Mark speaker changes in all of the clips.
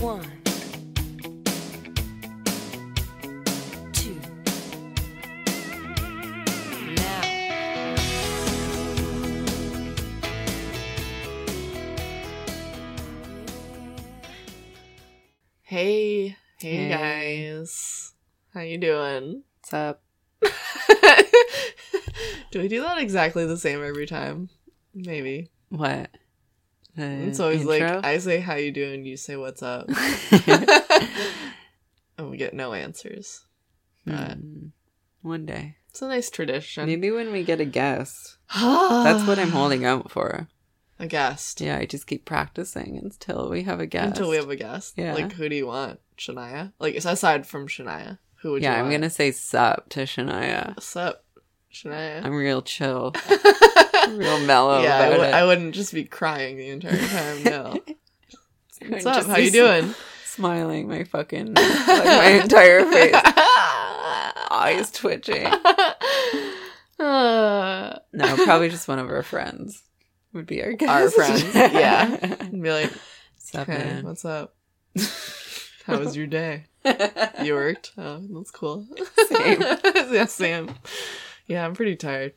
Speaker 1: One, two, now.
Speaker 2: Hey, hey,
Speaker 3: Hey.
Speaker 2: guys. How you doing?
Speaker 3: What's up?
Speaker 2: do we do that exactly the same every time? Maybe.
Speaker 3: What? The
Speaker 2: it's always
Speaker 3: intro?
Speaker 2: like I say how you doing, you say what's up. and we get no answers. but-
Speaker 3: Hmm. One day.
Speaker 2: It's a nice tradition.
Speaker 3: Maybe when we get a guest. That's what I'm
Speaker 2: Ah.
Speaker 3: holding out for.
Speaker 2: A guest.
Speaker 3: Yeah, I just keep practicing until we have a guest.
Speaker 2: Until we have a guest.
Speaker 3: Yeah.
Speaker 2: Like who do you want? Shania? Like it's aside from Shania, who would
Speaker 3: Yeah,
Speaker 2: you
Speaker 3: I'm
Speaker 2: want?
Speaker 3: gonna say sup to Shania.
Speaker 2: What's up, Shania?
Speaker 3: I'm real chill,
Speaker 2: yeah,
Speaker 3: real mellow
Speaker 2: I,
Speaker 3: about
Speaker 2: w-
Speaker 3: it.
Speaker 2: I wouldn't just be crying the entire time. No. What's up?
Speaker 3: Just
Speaker 2: How
Speaker 3: be
Speaker 2: you
Speaker 3: s-
Speaker 2: doing?
Speaker 3: Smiling, my fucking, like my entire face, eyes twitching.
Speaker 2: Uh,
Speaker 3: No, probably just one of our friends would be our guest.
Speaker 2: Our friends, yeah. and be like,
Speaker 3: Sup,
Speaker 2: "Hey,
Speaker 3: man?
Speaker 2: what's up? How was your day? You worked? Oh, that's cool.
Speaker 3: Same.
Speaker 2: yeah, same. Yeah, I'm pretty tired.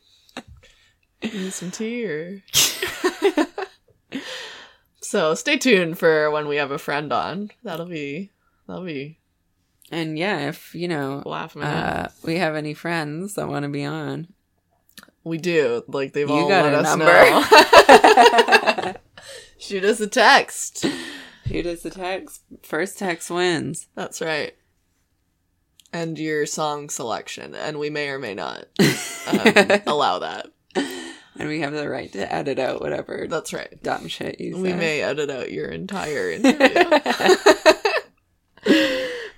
Speaker 2: Need some tea or. so stay tuned for when we have a friend on. That'll be that'll be
Speaker 3: and yeah, if you know
Speaker 2: laugh minute.
Speaker 3: uh, we have any friends that want to be on,
Speaker 2: we do. Like they've
Speaker 3: You
Speaker 2: all
Speaker 3: got
Speaker 2: let
Speaker 3: a
Speaker 2: us
Speaker 3: number.
Speaker 2: know. Shoot us a text.
Speaker 3: shoot us a text. First text wins.
Speaker 2: That's right. And your song selection, and we may or may not um,
Speaker 3: and
Speaker 2: allow that.
Speaker 3: we have the right to edit out whatever
Speaker 2: That's right.
Speaker 3: dumb shit you say.
Speaker 2: We may edit out your entire interview.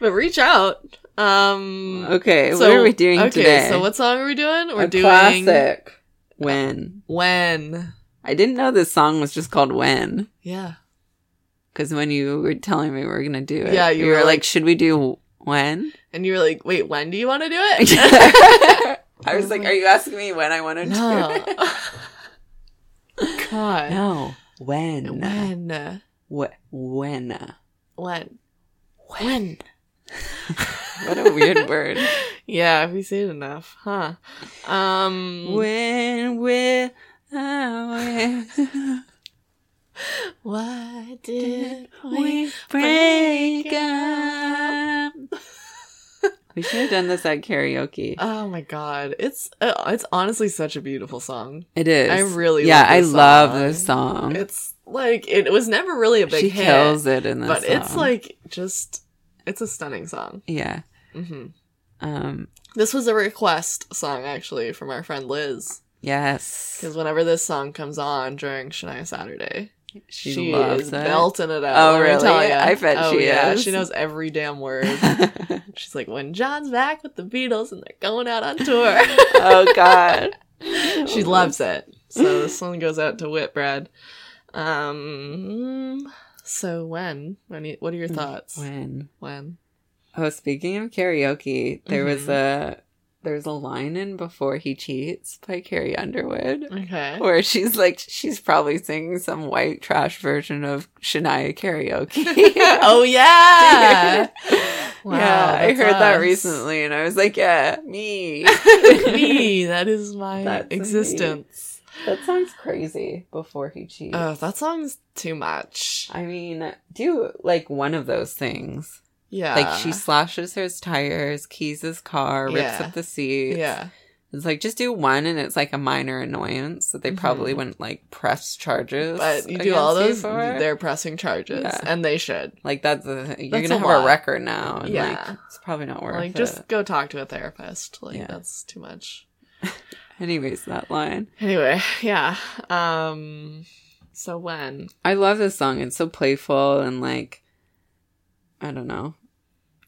Speaker 2: but reach out. Um,
Speaker 3: Okay, what are we doing
Speaker 2: okay,
Speaker 3: today?
Speaker 2: So what song are we doing? We're
Speaker 3: a
Speaker 2: doing
Speaker 3: classic. When
Speaker 2: when.
Speaker 3: I didn't know this song was just called When.
Speaker 2: Yeah,
Speaker 3: Because when you were telling me we were gonna do it,
Speaker 2: Yeah, you
Speaker 3: you
Speaker 2: were
Speaker 3: were like,
Speaker 2: like-
Speaker 3: "Should we do when?"
Speaker 2: and you were like, "Wait, when do you want to do it?"
Speaker 3: I was like, "Are you asking me when I want to
Speaker 2: no.
Speaker 3: do it?"
Speaker 2: God.
Speaker 3: No, when,
Speaker 2: When?
Speaker 3: Wh- when,
Speaker 2: When? When?
Speaker 3: what a weird word.
Speaker 2: Yeah, if we say it enough, huh? Um,
Speaker 3: When will I win?
Speaker 2: why did
Speaker 3: did
Speaker 2: we?
Speaker 3: we break up? We should have done this at karaoke.
Speaker 2: Oh my god, it's uh, it's honestly such a beautiful song.
Speaker 3: It is.
Speaker 2: I really
Speaker 3: yeah.
Speaker 2: love
Speaker 3: I
Speaker 2: this
Speaker 3: love
Speaker 2: song.
Speaker 3: this song.
Speaker 2: It's like it was never really a big
Speaker 3: she
Speaker 2: hit,
Speaker 3: kills it in this.
Speaker 2: but it's
Speaker 3: song.
Speaker 2: like just it's a stunning song.
Speaker 3: yeah.
Speaker 2: hmm
Speaker 3: Um.
Speaker 2: This was a request song actually from our friend Liz
Speaker 3: Yes.
Speaker 2: because whenever this song comes on during Shania Saturday,
Speaker 3: She,
Speaker 2: she
Speaker 3: loves
Speaker 2: is
Speaker 3: it.
Speaker 2: belting it out.
Speaker 3: Oh,
Speaker 2: let me
Speaker 3: really?
Speaker 2: tell ya.
Speaker 3: I bet
Speaker 2: oh,
Speaker 3: she
Speaker 2: yeah.
Speaker 3: is.
Speaker 2: She knows every damn word. She's like, when John's back with the Beatles and they're going out on tour.
Speaker 3: oh God.
Speaker 2: she
Speaker 3: Oh,
Speaker 2: loves it. So this one goes out to Whitbread. Um, so when? When? You, what are your thoughts?
Speaker 3: When?
Speaker 2: When?
Speaker 3: Oh, speaking of karaoke, there was
Speaker 2: Mhm.
Speaker 3: a there's a line in "Before He Cheats" by Carrie Underwood.
Speaker 2: Okay.
Speaker 3: Where she's like, she's probably singing some white trash version of Shania karaoke.
Speaker 2: oh yeah. Wow,
Speaker 3: yeah, I
Speaker 2: that's
Speaker 3: heard that
Speaker 2: us.
Speaker 3: recently, and I was like, yeah, me.
Speaker 2: me. That is my
Speaker 3: That's me.
Speaker 2: existence.
Speaker 3: That sounds crazy. Before he cheats,
Speaker 2: Oh, that song's too much.
Speaker 3: I mean, do like one of those things.
Speaker 2: Yeah.
Speaker 3: Like she slashes his tires, keys his car, rips
Speaker 2: Yeah.
Speaker 3: up the seat.
Speaker 2: Yeah.
Speaker 3: It's like just do one and it's like a minor annoyance that they probably
Speaker 2: Mhm.
Speaker 3: wouldn't like press charges.
Speaker 2: But you do
Speaker 3: against
Speaker 2: all those,
Speaker 3: for.
Speaker 2: they're pressing charges,
Speaker 3: Yeah.
Speaker 2: and they should.
Speaker 3: like that's the thing. you're
Speaker 2: That's
Speaker 3: gonna
Speaker 2: a
Speaker 3: have
Speaker 2: lot.
Speaker 3: a record now and
Speaker 2: Yeah.
Speaker 3: like it's probably not worth
Speaker 2: like
Speaker 3: it.
Speaker 2: just go talk to a therapist like
Speaker 3: Yeah.
Speaker 2: that's too much
Speaker 3: Anyways, that line.
Speaker 2: anyway yeah um so when
Speaker 3: I love this song. It's so playful and like I don't know.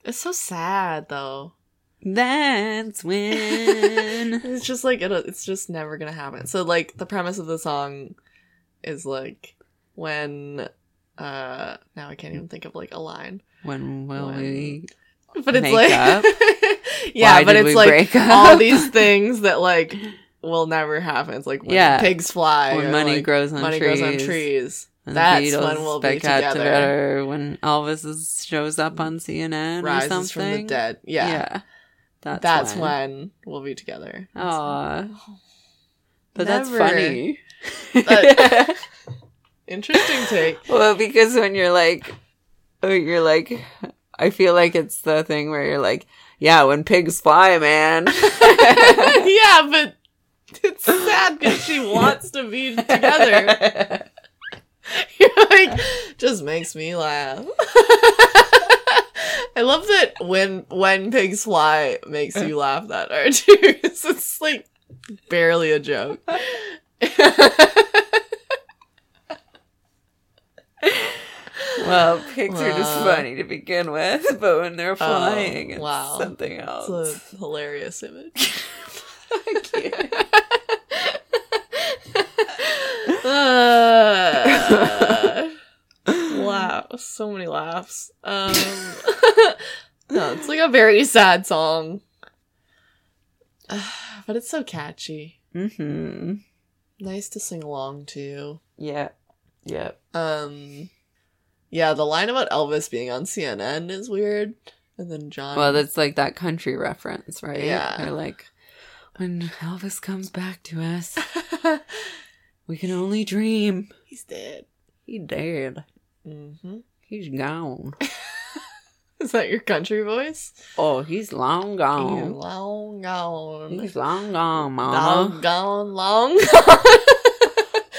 Speaker 2: it's so sad though
Speaker 3: That's when
Speaker 2: it's just like it, it's just never gonna happen so like the premise of the song is like when uh now i can't even think of like a line
Speaker 3: when will
Speaker 2: When-
Speaker 3: we
Speaker 2: but it's
Speaker 3: Make
Speaker 2: like
Speaker 3: up?
Speaker 2: yeah
Speaker 3: Why
Speaker 2: but
Speaker 3: did we
Speaker 2: it's like
Speaker 3: break up?
Speaker 2: all these things that like will never happen it's like when
Speaker 3: Yeah.
Speaker 2: pigs fly
Speaker 3: when
Speaker 2: or,
Speaker 3: money
Speaker 2: like,
Speaker 3: grows on
Speaker 2: money
Speaker 3: trees.
Speaker 2: grows on trees
Speaker 3: And
Speaker 2: That's
Speaker 3: the Beatles
Speaker 2: when we'll be
Speaker 3: back out
Speaker 2: together.
Speaker 3: when Elvis is, shows up on CNN or something.
Speaker 2: Rises from the dead. Yeah.
Speaker 3: That's,
Speaker 2: That's
Speaker 3: when.
Speaker 2: when we'll be together.
Speaker 3: Aw. But that's
Speaker 2: Never.
Speaker 3: funny.
Speaker 2: That- Interesting take.
Speaker 3: well, because when you're like, when you're like, I feel like it's the thing where you're like, yeah, when pigs fly, man.
Speaker 2: yeah, but it's sad because she wants to be together. You're like, just makes me laugh. I love that when when pigs fly makes you
Speaker 3: Uh.
Speaker 2: laugh that hard too. 'cause It's like barely a joke.
Speaker 3: Well, pigs are just
Speaker 2: Wow.
Speaker 3: funny to begin with, but when they're flying, it's
Speaker 2: Oh, wow.
Speaker 3: something else.
Speaker 2: It's a hilarious image. Uh, wow, so many laughs. Um, no, it's like a very sad song, but it's so catchy.
Speaker 3: hmm
Speaker 2: Nice to sing along to.
Speaker 3: Yeah. Yeah.
Speaker 2: Um, yeah, the line about Elvis being on CNN is weird, and then John.
Speaker 3: Well, that's like that country reference, right?
Speaker 2: Um, Yeah.
Speaker 3: Or like, when Elvis comes back to us, we can only dream.
Speaker 2: he's dead.
Speaker 3: He dead.
Speaker 2: hmm
Speaker 3: He's gone.
Speaker 2: Is that your country voice?
Speaker 3: Oh, he's long
Speaker 2: You
Speaker 3: gone.
Speaker 2: long gone.
Speaker 3: He's long gone,
Speaker 2: Long
Speaker 3: mama.
Speaker 2: gone, long gone.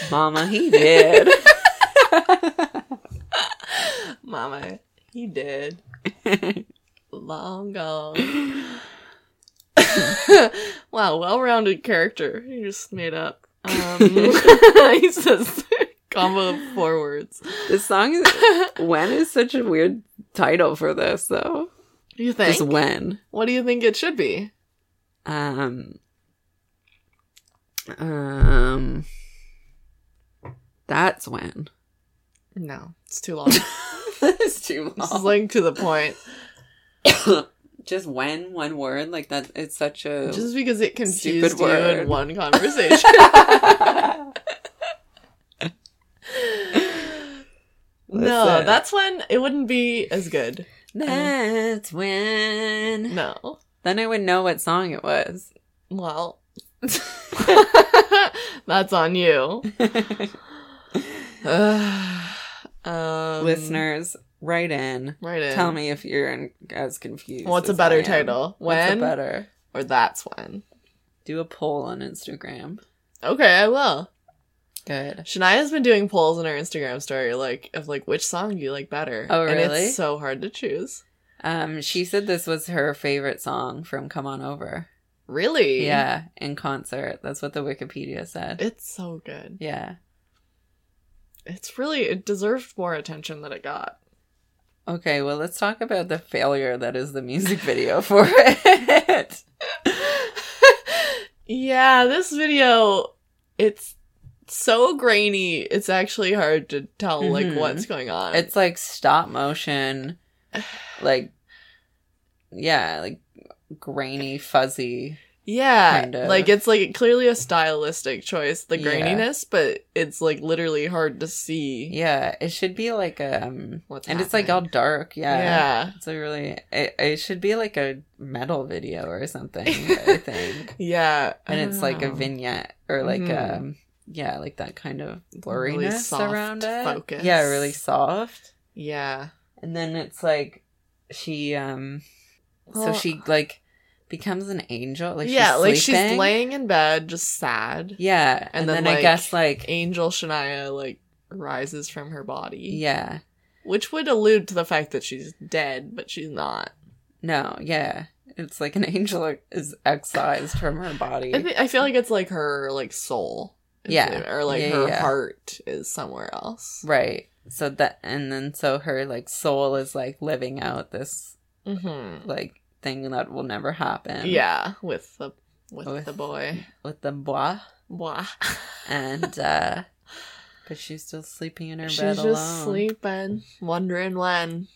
Speaker 3: Mama, he dead.
Speaker 2: Mama, he did. Long gone. wow, well-rounded character. He just made up. Um, he says combo of four words.
Speaker 3: this song is when is such a weird title for this though.
Speaker 2: You think?
Speaker 3: Just when.
Speaker 2: what do you think it should be?
Speaker 3: Um. Um. That's when.
Speaker 2: No, it's too long. this
Speaker 3: That's too
Speaker 2: is like to the point.
Speaker 3: Just when one word like that. It's such a.
Speaker 2: Just because it confused you
Speaker 3: word.
Speaker 2: in one conversation. no,
Speaker 3: Listen.
Speaker 2: that's when it wouldn't be as good.
Speaker 3: That's when.
Speaker 2: No.
Speaker 3: Then I would know what song it was.
Speaker 2: Well, that's on you. um,
Speaker 3: Listeners, write in.
Speaker 2: Right in.
Speaker 3: Tell me if you're in, as confused.
Speaker 2: What's a
Speaker 3: as
Speaker 2: better
Speaker 3: I am.
Speaker 2: title?
Speaker 3: What's a
Speaker 2: When
Speaker 3: better?
Speaker 2: or that's when?
Speaker 3: Do a poll on Instagram.
Speaker 2: Okay, I will.
Speaker 3: Good.
Speaker 2: Shania's been doing polls on her Instagram story, like of like which song do you like better?
Speaker 3: Oh,
Speaker 2: And
Speaker 3: really?
Speaker 2: it's so hard to choose.
Speaker 3: Um, she said this was her favorite song from Come On Over.
Speaker 2: Really?
Speaker 3: Yeah, in concert. That's what the Wikipedia said.
Speaker 2: It's so good.
Speaker 3: Yeah.
Speaker 2: It's really it deserved more attention than it got.
Speaker 3: Okay, well, let's talk about the failure that is the music video for it.
Speaker 2: Yeah, this video it's so grainy. It's actually hard to tell
Speaker 3: Mhm.
Speaker 2: like what's going on.
Speaker 3: It's like stop motion, like, yeah, like grainy, fuzzy.
Speaker 2: Yeah,
Speaker 3: Kind of.
Speaker 2: like it's like clearly a stylistic choice, the
Speaker 3: Yeah.
Speaker 2: graininess, but it's like literally hard to see.
Speaker 3: Yeah, it should be like um,
Speaker 2: What's
Speaker 3: and it's like all
Speaker 2: happening.
Speaker 3: dark. Yeah,
Speaker 2: Yeah.
Speaker 3: It's a really. It, it should be like a metal video or something. I think,
Speaker 2: Yeah, Oh, I
Speaker 3: and
Speaker 2: don't
Speaker 3: it's like a
Speaker 2: know.
Speaker 3: vignette or like
Speaker 2: Mhm.
Speaker 3: um, yeah, like that kind of blurriness
Speaker 2: Really soft
Speaker 3: around it.
Speaker 2: focus.
Speaker 3: Yeah, really soft.
Speaker 2: Yeah.
Speaker 3: And then it's like she um, so
Speaker 2: Well-
Speaker 3: she like becomes an angel. Like
Speaker 2: yeah,
Speaker 3: she's
Speaker 2: like she's
Speaker 3: sleeping.
Speaker 2: laying in bed just sad.
Speaker 3: Yeah,
Speaker 2: And
Speaker 3: and, then,
Speaker 2: then,
Speaker 3: I
Speaker 2: like,
Speaker 3: guess like
Speaker 2: Angel Shania like rises from her body.
Speaker 3: yeah,
Speaker 2: Which would allude to the fact that she's dead, but she's not.
Speaker 3: no, yeah. It's like an angel is excised from her body.
Speaker 2: I, thi- I feel like it's like her like soul. is
Speaker 3: Yeah.
Speaker 2: there, Or like
Speaker 3: Yeah,
Speaker 2: her
Speaker 3: yeah.
Speaker 2: heart is somewhere else.
Speaker 3: Right. So that and then so her like soul is like living out this
Speaker 2: hmm
Speaker 3: like thing that will never happen.
Speaker 2: Yeah, with the with,
Speaker 3: Oh, With-
Speaker 2: the boy.
Speaker 3: With the bois.
Speaker 2: Blah.
Speaker 3: And uh but she's still sleeping in her
Speaker 2: She's
Speaker 3: bed
Speaker 2: just
Speaker 3: alone.
Speaker 2: sleeping, wondering when.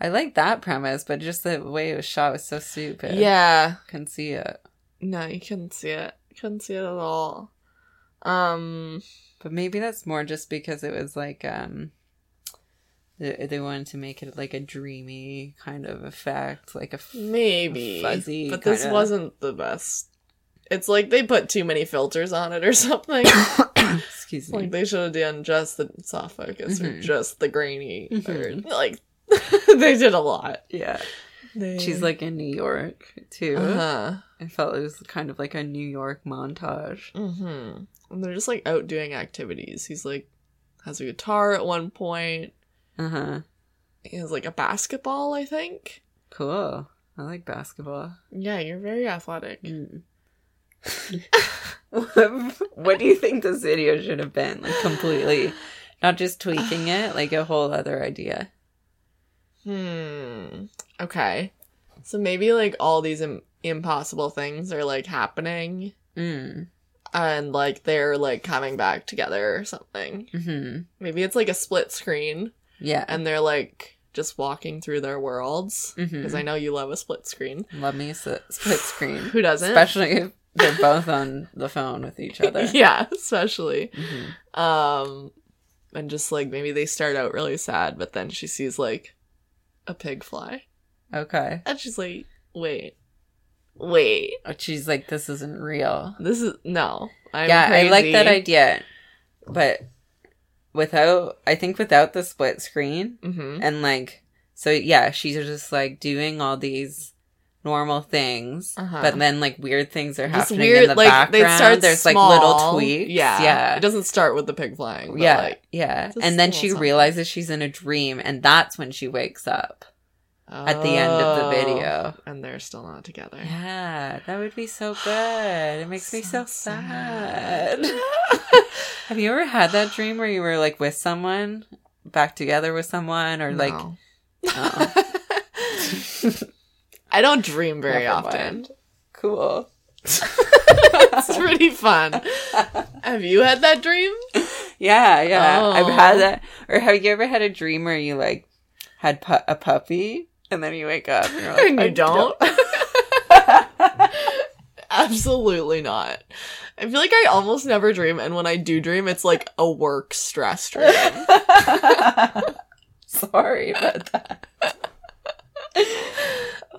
Speaker 3: I like that premise, but just the way it was shot was so stupid.
Speaker 2: Yeah.
Speaker 3: Can see it.
Speaker 2: No, you couldn't see it. Couldn't see it at all. Um
Speaker 3: But maybe that's more just because it was like um they, they wanted to make it like a dreamy kind of effect, like a f-
Speaker 2: Maybe.
Speaker 3: Fuzzy
Speaker 2: but this
Speaker 3: kinda-
Speaker 2: wasn't the best. It's like they put too many filters on it or something.
Speaker 3: excuse me.
Speaker 2: like they should have done just the soft focus or
Speaker 3: Mhm.
Speaker 2: just the grainy
Speaker 3: Mhm.
Speaker 2: or like they did a lot.
Speaker 3: yeah.
Speaker 2: They...
Speaker 3: She's like in New York too.
Speaker 2: uh-huh.
Speaker 3: I felt it was kind of like a New York montage.
Speaker 2: Mm-hmm. And they're just like out doing activities. He's like has a guitar at one point.
Speaker 3: Uh-huh.
Speaker 2: He has like a basketball, I think.
Speaker 3: Cool. I like basketball. Mm.
Speaker 2: Yeah, you're very athletic.
Speaker 3: what do you think this video should have been? Like completely not just tweaking it, like a whole other idea.
Speaker 2: Hmm. Okay. So maybe like all these Im- impossible things are like happening
Speaker 3: Mm.
Speaker 2: and like they're like coming back together or something.
Speaker 3: hmm
Speaker 2: Maybe it's like a split screen
Speaker 3: Yeah.
Speaker 2: and they're like just walking through their worlds
Speaker 3: Mm-hmm.
Speaker 2: because I know you love a split screen.
Speaker 3: Love me a s- Hmm. split screen.
Speaker 2: Who doesn't?
Speaker 3: Especially if they're both on the phone with each other.
Speaker 2: yeah, especially.
Speaker 3: Mhm.
Speaker 2: Um and just like maybe they start out really sad but then she sees like a pig fly
Speaker 3: Okay.
Speaker 2: and she's like, "Wait. Wait."
Speaker 3: Oh, She's like, this isn't real.
Speaker 2: This is no. I'm
Speaker 3: yeah, I like
Speaker 2: crazy.
Speaker 3: that idea. But without, I think without the split screen,
Speaker 2: Mhm.
Speaker 3: and like, so yeah, she's just like doing all these normal things,
Speaker 2: Uh-huh.
Speaker 3: but then like weird things are
Speaker 2: Just
Speaker 3: happening in
Speaker 2: weird,
Speaker 3: the
Speaker 2: like they
Speaker 3: background.
Speaker 2: start.
Speaker 3: There's
Speaker 2: small.
Speaker 3: like little tweaks.
Speaker 2: Yeah,
Speaker 3: Yeah.
Speaker 2: It doesn't start with the pig flying. But
Speaker 3: yeah,
Speaker 2: Like,
Speaker 3: yeah,
Speaker 2: just
Speaker 3: and then
Speaker 2: a little
Speaker 3: she
Speaker 2: something.
Speaker 3: realizes she's in a dream, and that's when she wakes up. at the end of the
Speaker 2: oh,
Speaker 3: video.
Speaker 2: and they're still not together.
Speaker 3: Yeah, that would be so good. It makes me so
Speaker 2: So
Speaker 3: sad.
Speaker 2: sad.
Speaker 3: Have you ever had that dream where you were like with someone, back together with someone, or like,
Speaker 2: No.
Speaker 3: oh,
Speaker 2: I don't dream very
Speaker 3: Never
Speaker 2: often.
Speaker 3: mind. cool.
Speaker 2: it's pretty fun. Have you had that dream?
Speaker 3: Yeah, yeah. I've had
Speaker 2: Oh.
Speaker 3: that. Or have you ever had a dream where you like had pu- a puppy and then you wake up and you're like,
Speaker 2: And you
Speaker 3: "I
Speaker 2: don't? Absolutely not. I feel like I almost never dream, and when I do dream, it's like a work stress dream.
Speaker 3: don't." Sorry about that.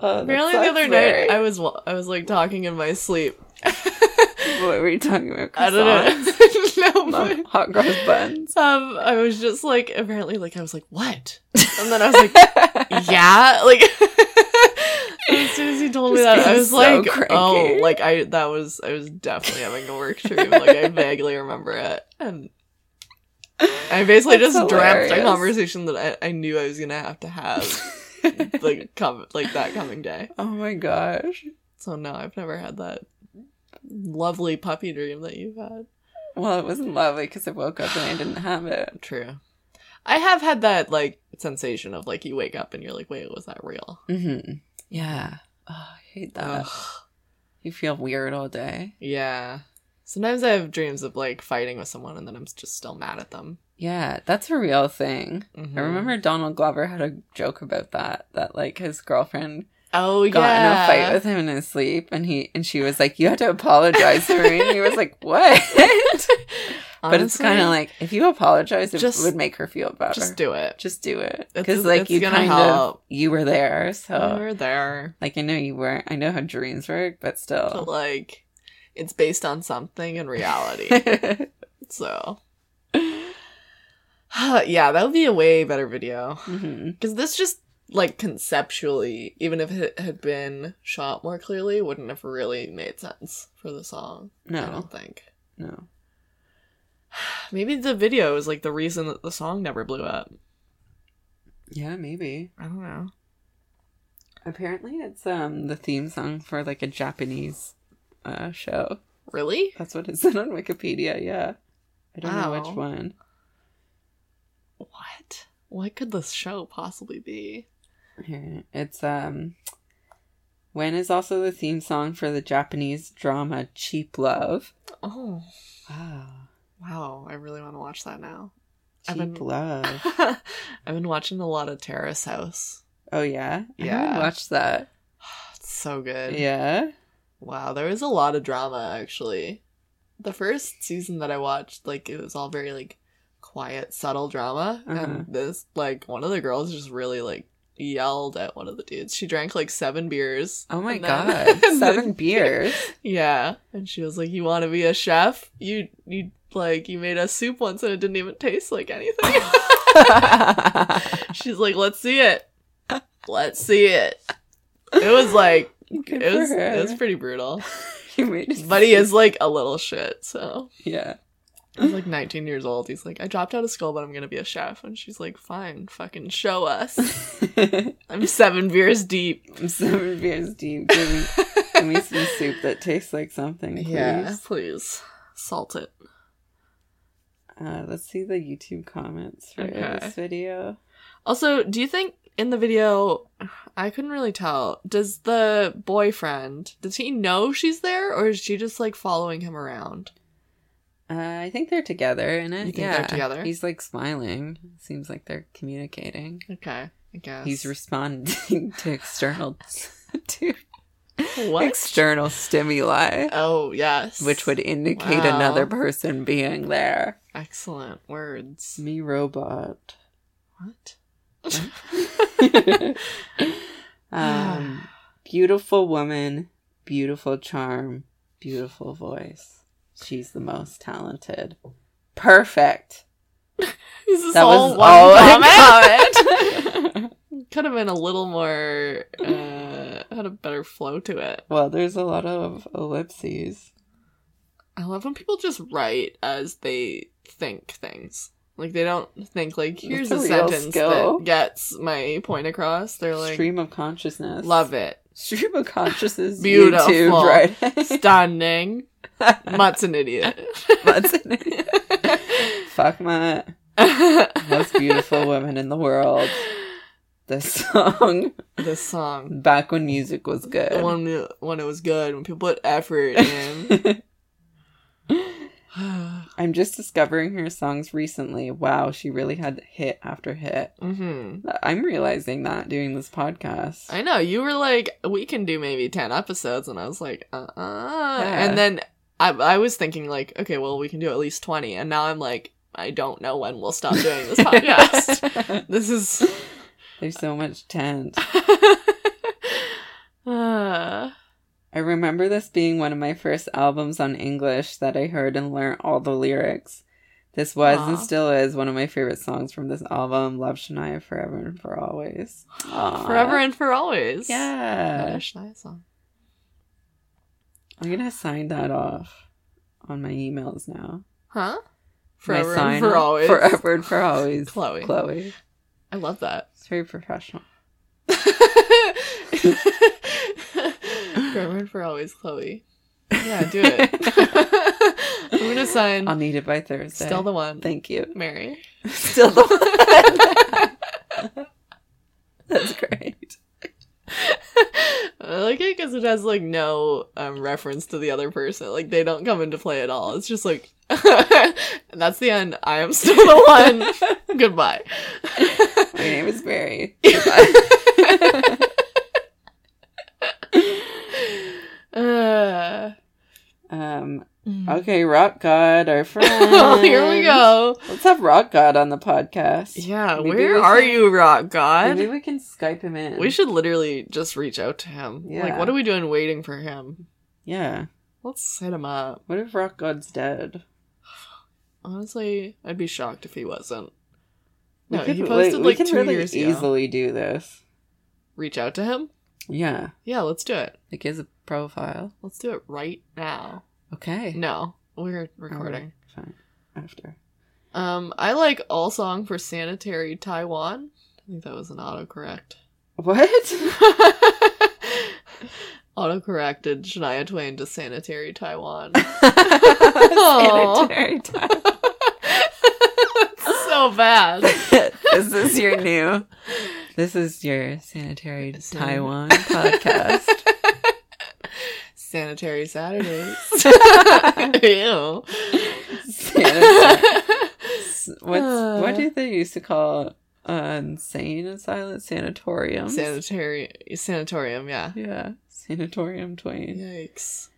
Speaker 3: Oh, that
Speaker 2: Apparently, the
Speaker 3: sucks
Speaker 2: other
Speaker 3: very-
Speaker 2: night I was wa- I was like talking in my sleep.
Speaker 3: What were you talking about?
Speaker 2: I don't
Speaker 3: Croissants?
Speaker 2: know. no,
Speaker 3: No, hot cross buns.
Speaker 2: but, um, I was just like apparently like I was like what, and then I was like yeah, like as soon as he told me
Speaker 3: Just
Speaker 2: that I
Speaker 3: being
Speaker 2: was
Speaker 3: so
Speaker 2: like
Speaker 3: cranky.
Speaker 2: oh like I that was I was definitely having a work dream like I vaguely remember it and. I basically
Speaker 3: That's
Speaker 2: just dreamt a
Speaker 3: hilarious.
Speaker 2: conversation that I, I knew I was gonna have to have, like, com- like that coming day.
Speaker 3: oh my gosh.
Speaker 2: So no, I've never had that lovely puppy dream that you've had.
Speaker 3: Well, it wasn't lovely because I woke up and I didn't have it.
Speaker 2: True. I have had that like sensation of like you wake up and you're like, wait, was that real?
Speaker 3: Mm-hmm. Yeah. Oh, I hate that.
Speaker 2: Ugh.
Speaker 3: You feel weird all day.
Speaker 2: yeah. Sometimes I have dreams of like fighting with someone and then I'm just still mad at them.
Speaker 3: Yeah, that's a real thing.
Speaker 2: Mhm.
Speaker 3: I remember Donald Glover had a joke about that. That like his girlfriend
Speaker 2: Oh yeah.
Speaker 3: got in a fight with him in his sleep, and he and she was like, "You have to apologize to me." And he was like, "What?" but it's
Speaker 2: Honestly,
Speaker 3: kind of like if you apologize, it
Speaker 2: Just-
Speaker 3: would make her feel better.
Speaker 2: just do it.
Speaker 3: just do it
Speaker 2: It's-
Speaker 3: because like
Speaker 2: it's
Speaker 3: you
Speaker 2: gonna
Speaker 3: kind of
Speaker 2: help.
Speaker 3: you were there so
Speaker 2: We're there.
Speaker 3: like i know you weren't i know how dreams work but
Speaker 2: But
Speaker 3: still
Speaker 2: like it's based on something in reality.
Speaker 3: Mhm.
Speaker 2: so yeah, that would be a way better video.
Speaker 3: Mm-hmm.
Speaker 2: Because this just, like, conceptually, even if it had been shot more clearly, wouldn't have really made sense for the song. I
Speaker 3: no
Speaker 2: don't think.
Speaker 3: no
Speaker 2: Maybe the video is, like, the reason that the song never blew up.
Speaker 3: yeah maybe
Speaker 2: I don't know.
Speaker 3: apparently it's um the theme song for like a japanese uh show
Speaker 2: Really?
Speaker 3: that's what it said on wikipedia yeah i don't know
Speaker 2: Wow.
Speaker 3: which one
Speaker 2: What? What could this show possibly be?
Speaker 3: Here, it's um when is also the theme song for the japanese drama cheap love
Speaker 2: Oh,
Speaker 3: wow
Speaker 2: wow. I really want to watch that now. Ah, I've
Speaker 3: cheap
Speaker 2: been-
Speaker 3: love
Speaker 2: I've been watching a lot of Terrace House.
Speaker 3: oh yeah i haven't
Speaker 2: Yeah.
Speaker 3: watched that
Speaker 2: It's so good.
Speaker 3: Yeah.
Speaker 2: Wow, there was a lot of drama, actually. the first season that I watched, like it was all very like quiet, subtle drama,
Speaker 3: Uh-huh.
Speaker 2: and this like one of the girls just really like yelled at one of the dudes. She drank like seven beers.
Speaker 3: Oh my
Speaker 2: and
Speaker 3: god,
Speaker 2: then- and then-
Speaker 3: seven beers.
Speaker 2: Yeah, and she was like, "You want to be a chef? You you like you made us soup once and it didn't even taste like anything." She's like, "Let's see it. Let's see it." It was like
Speaker 3: Good
Speaker 2: it
Speaker 3: for
Speaker 2: was
Speaker 3: her.
Speaker 2: it was pretty brutal.
Speaker 3: He made us-
Speaker 2: But he is like a little shit, so
Speaker 3: Yeah.
Speaker 2: he's like 19 years old. He's like, I dropped out of school, but I'm gonna be a chef. And she's like, Fine, fucking show us. I'm seven beers deep.
Speaker 3: I'm seven beers deep. Give me, give me some soup that tastes like something, please.
Speaker 2: please salt it.
Speaker 3: Uh, let's see the YouTube comments for
Speaker 2: Okay.
Speaker 3: this video.
Speaker 2: Also, do you think in the video, I couldn't really tell. Does the boyfriend does he know she's there, or is she just like following him around?
Speaker 3: Uh, I think they're together in it.
Speaker 2: You think
Speaker 3: yeah,
Speaker 2: they're together?
Speaker 3: He's like smiling. Seems like they're communicating.
Speaker 2: Okay, I guess
Speaker 3: He's responding to external to
Speaker 2: what?
Speaker 3: external stimuli,
Speaker 2: oh yes,
Speaker 3: which would indicate
Speaker 2: Wow.
Speaker 3: another person being there.
Speaker 2: excellent words.
Speaker 3: Me robot.
Speaker 2: What?
Speaker 3: um, beautiful woman, beautiful charm, beautiful voice. She's the most talented. Perfect.
Speaker 2: Is this
Speaker 3: That
Speaker 2: all
Speaker 3: was
Speaker 2: one
Speaker 3: all I
Speaker 2: comment? Could have been a little more uh, had a better flow to it.
Speaker 3: Well, there's a lot of ellipses.
Speaker 2: I love when people just write as they think things. Like they don't think like here's
Speaker 3: That's
Speaker 2: a
Speaker 3: a real
Speaker 2: sentence
Speaker 3: skill.
Speaker 2: that gets my point across. They're like
Speaker 3: Stream of consciousness.
Speaker 2: love it.
Speaker 3: Stream of consciousness.
Speaker 2: Beautiful.
Speaker 3: YouTube, right?
Speaker 2: Stunning. Mutt's an idiot.
Speaker 3: What's in it? Fuck my most beautiful woman in the world. This song.
Speaker 2: This song.
Speaker 3: Back when music was good.
Speaker 2: When when it was good, when people put effort in.
Speaker 3: I'm just discovering her songs recently. Wow, she really had hit after hit.
Speaker 2: hmm
Speaker 3: I'm realizing that doing this podcast.
Speaker 2: I know. You were like, we can do maybe 10 episodes. And I was like, uh uh
Speaker 3: Yeah.
Speaker 2: And then I, I was thinking, like, okay, well, we can do at least 20. And now I'm like, I don't know when we'll stop doing this podcast. this is.
Speaker 3: There's so much tent.
Speaker 2: uh,
Speaker 3: I remember this being one of my first albums on English that I heard and learned all the lyrics. This was and
Speaker 2: Aw.
Speaker 3: still is one of my favorite songs from this album, Love Shania Forever and For Always. Aw.
Speaker 2: forever and for always.
Speaker 3: Yeah.
Speaker 2: Another Shania song.
Speaker 3: I'm going to sign that off on my emails now.
Speaker 2: Huh?
Speaker 3: My
Speaker 2: Forever
Speaker 3: sign
Speaker 2: and for always.
Speaker 3: Forever and For Always.
Speaker 2: Chloe.
Speaker 3: Chloe.
Speaker 2: I love that.
Speaker 3: It's very professional.
Speaker 2: forever and for always, Chloe. Yeah, do it. I'm going to sign.
Speaker 3: I'll need it by Thursday.
Speaker 2: Still the one.
Speaker 3: Thank you.
Speaker 2: Mary.
Speaker 3: Still the one. That's great.
Speaker 2: I like it because it has like no um, reference to the other person. Like they don't come into play at all. It's just like, and that's the end. I am still the one. Goodbye.
Speaker 3: My name is Mary.
Speaker 2: Uh,
Speaker 3: Um,
Speaker 2: mm.
Speaker 3: okay, Rock God, our friend.
Speaker 2: Oh, here we go.
Speaker 3: Let's have Rock God on the podcast.
Speaker 2: Yeah,
Speaker 3: Maybe
Speaker 2: where
Speaker 3: we
Speaker 2: are
Speaker 3: should-
Speaker 2: you, Rock
Speaker 3: Maybe
Speaker 2: God?
Speaker 3: we can Skype him in.
Speaker 2: We should literally just reach out to him.
Speaker 3: Yeah.
Speaker 2: Like, what are we doing waiting for him?
Speaker 3: Yeah.
Speaker 2: Let's hit him up.
Speaker 3: What if Rock God's dead?
Speaker 2: Honestly, I'd be shocked if he wasn't.
Speaker 3: We
Speaker 2: No, he
Speaker 3: could,
Speaker 2: posted
Speaker 3: we
Speaker 2: like
Speaker 3: could
Speaker 2: two
Speaker 3: really
Speaker 2: years ago.
Speaker 3: easily do this.
Speaker 2: Reach out to him.
Speaker 3: Yeah.
Speaker 2: Yeah, let's do it.
Speaker 3: Like his profile.
Speaker 2: Let's do it right now.
Speaker 3: Okay.
Speaker 2: No, we're
Speaker 3: All right,
Speaker 2: recording.
Speaker 3: Fine. After.
Speaker 2: Um, I like all song for sanitary Taiwan. I think that was an autocorrect.
Speaker 3: What?
Speaker 2: Autocorrected Shania Twain to sanitary Taiwan.
Speaker 3: Sanitary time.
Speaker 2: so bad.
Speaker 3: this is your new. This is your sanitary
Speaker 2: San-
Speaker 3: Taiwan podcast.
Speaker 2: Sanitary Saturdays.
Speaker 3: Sanitary-
Speaker 2: Ew.
Speaker 3: What's
Speaker 2: Uh.
Speaker 3: what did they used to call uh, insane asylum sanatoriums?
Speaker 2: Sanitary sanatorium, yeah.
Speaker 3: yeah, sanatorium Twain.
Speaker 2: Yikes.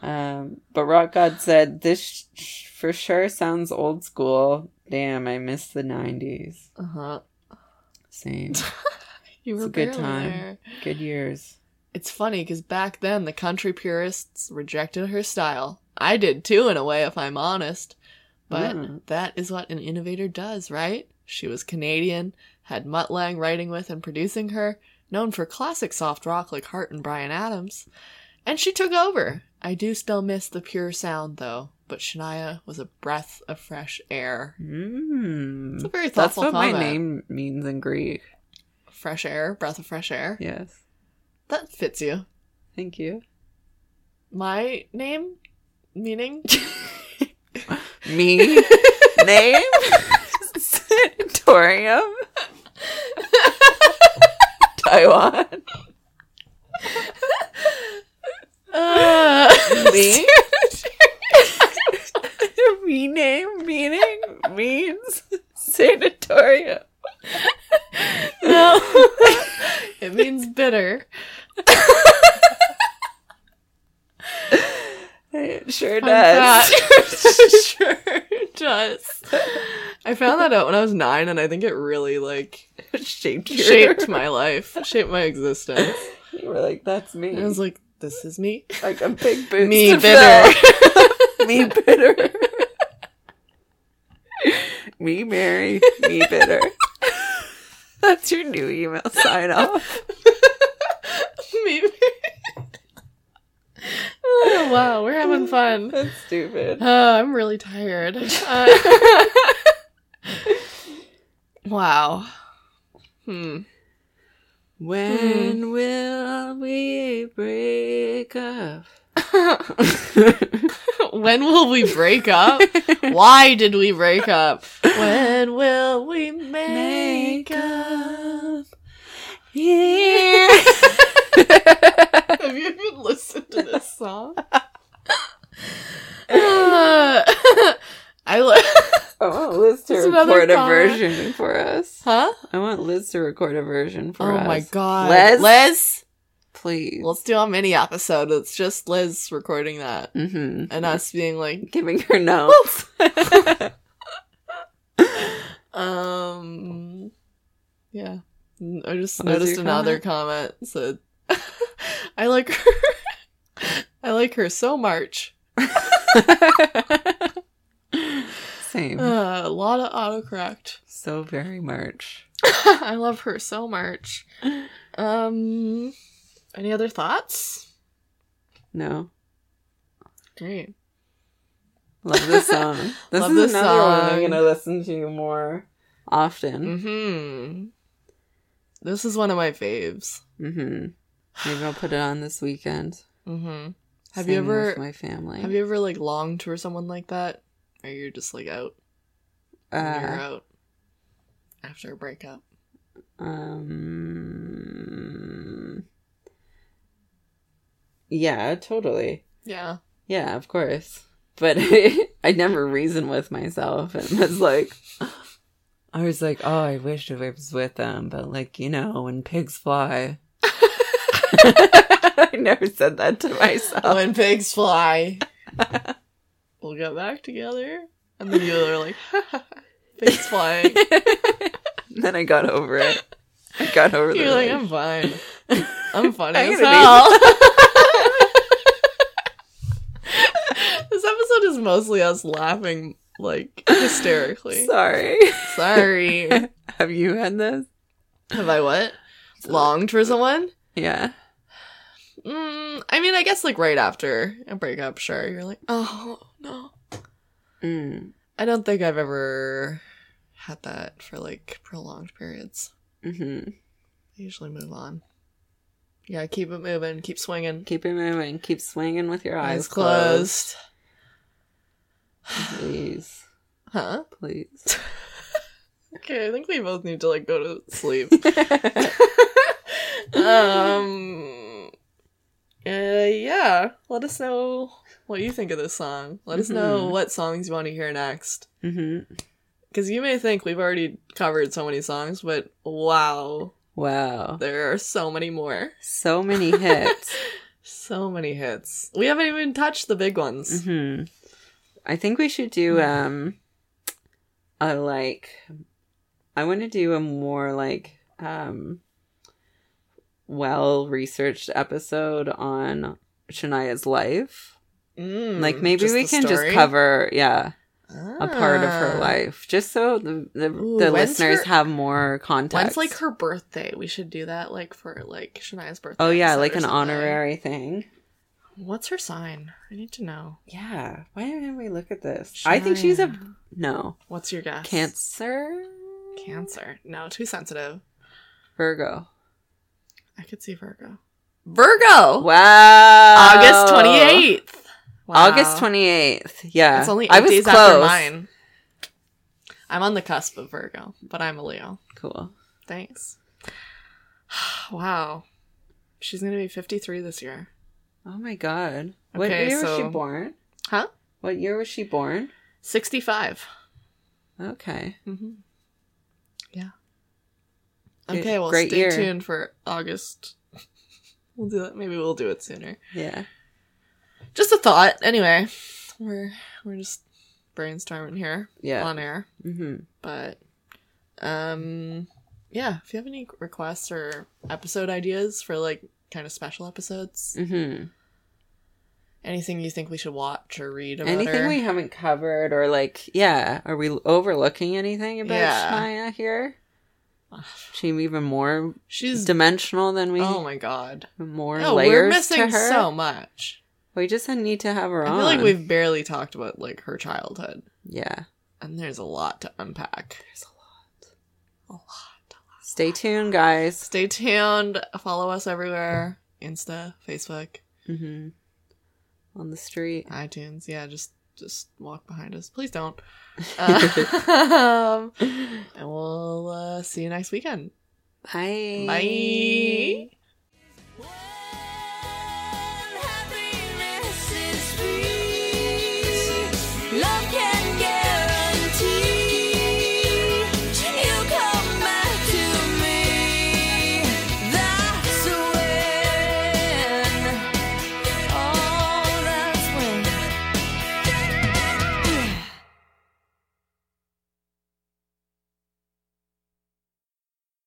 Speaker 3: Um, but Rock God said, This sh- sh- for sure sounds old school. Damn, I miss the 90s.
Speaker 2: Uh huh.
Speaker 3: Same.
Speaker 2: You
Speaker 3: Uh-huh. It's
Speaker 2: were
Speaker 3: a good
Speaker 2: barely
Speaker 3: time.
Speaker 2: there.
Speaker 3: Good years.
Speaker 2: It's funny because back then the country purists rejected her style. I did too, in a way, if I'm honest. But
Speaker 3: Mm.
Speaker 2: that is what an innovator does, right? She was Canadian, had Mutt Lang writing with and producing her, known for classic soft rock like Hart and Brian Adams. And she took over. I do still miss the pure sound, though, but Shania was a breath of fresh air.
Speaker 3: Mm.
Speaker 2: It's a very
Speaker 3: That's
Speaker 2: thoughtful
Speaker 3: what my
Speaker 2: comment.
Speaker 3: name means in Greek.
Speaker 2: Fresh air, breath of fresh air.
Speaker 3: Yes.
Speaker 2: That fits you.
Speaker 3: Thank you.
Speaker 2: My name, meaning
Speaker 3: Me? name? Sanatorium? Taiwan? Me? me name meaning means sanatorium.
Speaker 2: no. it means bitter.
Speaker 3: It sure
Speaker 2: Fun
Speaker 3: does.
Speaker 2: fact. sure does. I found that out when I was nine, and I think it really like
Speaker 3: Shaped your-
Speaker 2: shaped my life, shaped my existence.
Speaker 3: You were like, that's me.
Speaker 2: And I was like, "This is me,
Speaker 3: like a big boost.
Speaker 2: me
Speaker 3: to
Speaker 2: bitter."
Speaker 3: fill. me bitter. me Mary. Me bitter. That's your new email sign off.
Speaker 2: Maybe. oh wow, we're having fun.
Speaker 3: That's stupid.
Speaker 2: Oh, I'm really tired. Uh, wow. Hmm.
Speaker 3: When
Speaker 2: Mm-hmm.
Speaker 3: will we break up?
Speaker 2: when will we break up? Why did we break up? When will we make up?
Speaker 3: Here.
Speaker 2: Have you even listened to this song? Uh, I li-
Speaker 3: I want Liz to
Speaker 2: It's another
Speaker 3: record a
Speaker 2: thought.
Speaker 3: version for us.
Speaker 2: huh?
Speaker 3: I want Liz to record a version for
Speaker 2: oh
Speaker 3: us.
Speaker 2: my god,
Speaker 3: Liz?
Speaker 2: Liz,
Speaker 3: Please.
Speaker 2: let's do a mini episode. It's just Liz recording that
Speaker 3: hmm
Speaker 2: and us being like,
Speaker 3: Giving her notes.
Speaker 2: um, yeah. I just
Speaker 3: What was
Speaker 2: noticed
Speaker 3: your
Speaker 2: another comment said, "I like her. I like her so much."
Speaker 3: Same.
Speaker 2: Uh, a lot of autocorrect.
Speaker 3: so very March.
Speaker 2: I love her so much. Um, any other thoughts?
Speaker 3: No.
Speaker 2: Great.
Speaker 3: Love this song. This
Speaker 2: Love
Speaker 3: is
Speaker 2: this
Speaker 3: another one I'm
Speaker 2: song.
Speaker 3: going to listen to more often.
Speaker 2: Hmm. This is one of my faves.
Speaker 3: hmm Maybe I'll put it on this weekend.
Speaker 2: Hmm. Have
Speaker 3: Sing
Speaker 2: you
Speaker 3: it
Speaker 2: ever
Speaker 3: With my family.
Speaker 2: have you ever like longed for someone like that, or you're just like out? when you're
Speaker 3: Uh,
Speaker 2: out after a breakup.
Speaker 3: um, yeah, totally.
Speaker 2: Yeah.
Speaker 3: Yeah, of course. But I never reasoned with myself and was like, I was like, oh, I wish I was with them, but like, you know, when pigs fly. I never said that to myself.
Speaker 2: When pigs fly, we'll get back together, and then you're like, pigs flying.
Speaker 3: then I got over it. I got over the
Speaker 2: You're like,
Speaker 3: relationship.
Speaker 2: I'm fine. I'm funny
Speaker 3: I'm
Speaker 2: as
Speaker 3: gonna
Speaker 2: hell. this episode is mostly us laughing like hysterically.
Speaker 3: Sorry.
Speaker 2: Sorry.
Speaker 3: Have you had this?
Speaker 2: Have I what? Longed for someone?
Speaker 3: Yeah.
Speaker 2: Mm, I mean, I guess like right after a breakup, sure. You're like, oh no.
Speaker 3: Mm.
Speaker 2: I don't think I've ever had that for like prolonged periods.
Speaker 3: hmm
Speaker 2: I usually move on. Yeah, keep it moving, keep swinging.
Speaker 3: Keep it moving. Keep swinging with your eyes,
Speaker 2: Eyes closed.
Speaker 3: closed. Please.
Speaker 2: Huh?
Speaker 3: Please.
Speaker 2: Okay, I think we both need to like go to sleep.
Speaker 3: All
Speaker 2: um uh, yeah, let us know what you think of this song. Let us know
Speaker 3: Mhm.
Speaker 2: what songs you want to hear next. Cuz you may think we've already covered so many songs, but wow,
Speaker 3: Wow.
Speaker 2: there are so many more.
Speaker 3: So many hits.
Speaker 2: So many hits. We haven't even touched the big ones.
Speaker 3: hmm I think we should do um a like I want to do a more like um well researched episode on Shania's life.
Speaker 2: Mm,
Speaker 3: Mm-hmm. like maybe we
Speaker 2: the
Speaker 3: can just
Speaker 2: story?
Speaker 3: cover yeah, a part of her
Speaker 2: Ah.
Speaker 3: life just so the the,
Speaker 2: Ooh,
Speaker 3: the
Speaker 2: when's
Speaker 3: listeners
Speaker 2: her-
Speaker 3: have more
Speaker 2: When's
Speaker 3: context.
Speaker 2: like her birthday? We should do that like for like Shania's birthday.
Speaker 3: Oh yeah,
Speaker 2: episode
Speaker 3: like
Speaker 2: or
Speaker 3: an
Speaker 2: something.
Speaker 3: honorary thing.
Speaker 2: What's her sign? I need to know.
Speaker 3: Yeah. Why didn't we look at this? I think she's a
Speaker 2: Shania.
Speaker 3: no.
Speaker 2: What's your guess?
Speaker 3: Cancer?
Speaker 2: Cancer. No, too sensitive.
Speaker 3: Virgo.
Speaker 2: I could see Virgo. Virgo.
Speaker 3: Wow.
Speaker 2: Oh. August twenty eighth.
Speaker 3: August 28th. Yeah.
Speaker 2: It's only eight
Speaker 3: I was
Speaker 2: days after
Speaker 3: close.
Speaker 2: mine. I'm on the cusp of Virgo, but I'm a Leo.
Speaker 3: Cool.
Speaker 2: Thanks. wow. She's gonna be fifty three this year.
Speaker 3: Oh my god. What
Speaker 2: Okay,
Speaker 3: year was
Speaker 2: so-
Speaker 3: she born?
Speaker 2: Huh?
Speaker 3: What year was she born?
Speaker 2: Sixty five.
Speaker 3: Okay.
Speaker 2: Mm-hmm. Yeah.
Speaker 3: Good-
Speaker 2: Okay, well,
Speaker 3: great
Speaker 2: stay
Speaker 3: year.
Speaker 2: tuned for August. We'll do that. Maybe we'll do it sooner.
Speaker 3: Yeah.
Speaker 2: Just a thought. Anyway, we're we're just brainstorming here
Speaker 3: Yeah.
Speaker 2: on air,
Speaker 3: hmm
Speaker 2: but um, yeah. If you have any requests or episode ideas for like kind of special episodes,
Speaker 3: hmm
Speaker 2: anything you think we should watch or read about
Speaker 3: Anything
Speaker 2: her,
Speaker 3: we haven't covered or like, yeah, are we overlooking anything about
Speaker 2: Yeah.
Speaker 3: Shania here? She even more
Speaker 2: she's
Speaker 3: dimensional than we
Speaker 2: oh my god.
Speaker 3: more
Speaker 2: No,
Speaker 3: layers
Speaker 2: we're missing
Speaker 3: to her.
Speaker 2: so much.
Speaker 3: We just need to have her
Speaker 2: I
Speaker 3: on.
Speaker 2: feel like we've barely talked about like her childhood.
Speaker 3: yeah.
Speaker 2: and there's a lot to unpack. There's a lot. A lot.
Speaker 3: Stay tuned, guys.
Speaker 2: Stay tuned. Follow us everywhere Insta, Facebook,
Speaker 3: hmm On the street.
Speaker 2: iTunes. Yeah, just just walk behind us. Please don't. um, and uh, we'll uh, see you next weekend.
Speaker 3: Bye.
Speaker 2: Bye.
Speaker 1: Whoa.